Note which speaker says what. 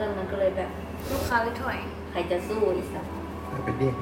Speaker 1: อนมันก็เลยแบบ
Speaker 2: ลูกค้าเลยถอย
Speaker 1: ใครจะสู้อีสัตว์
Speaker 3: เอาไปเรียก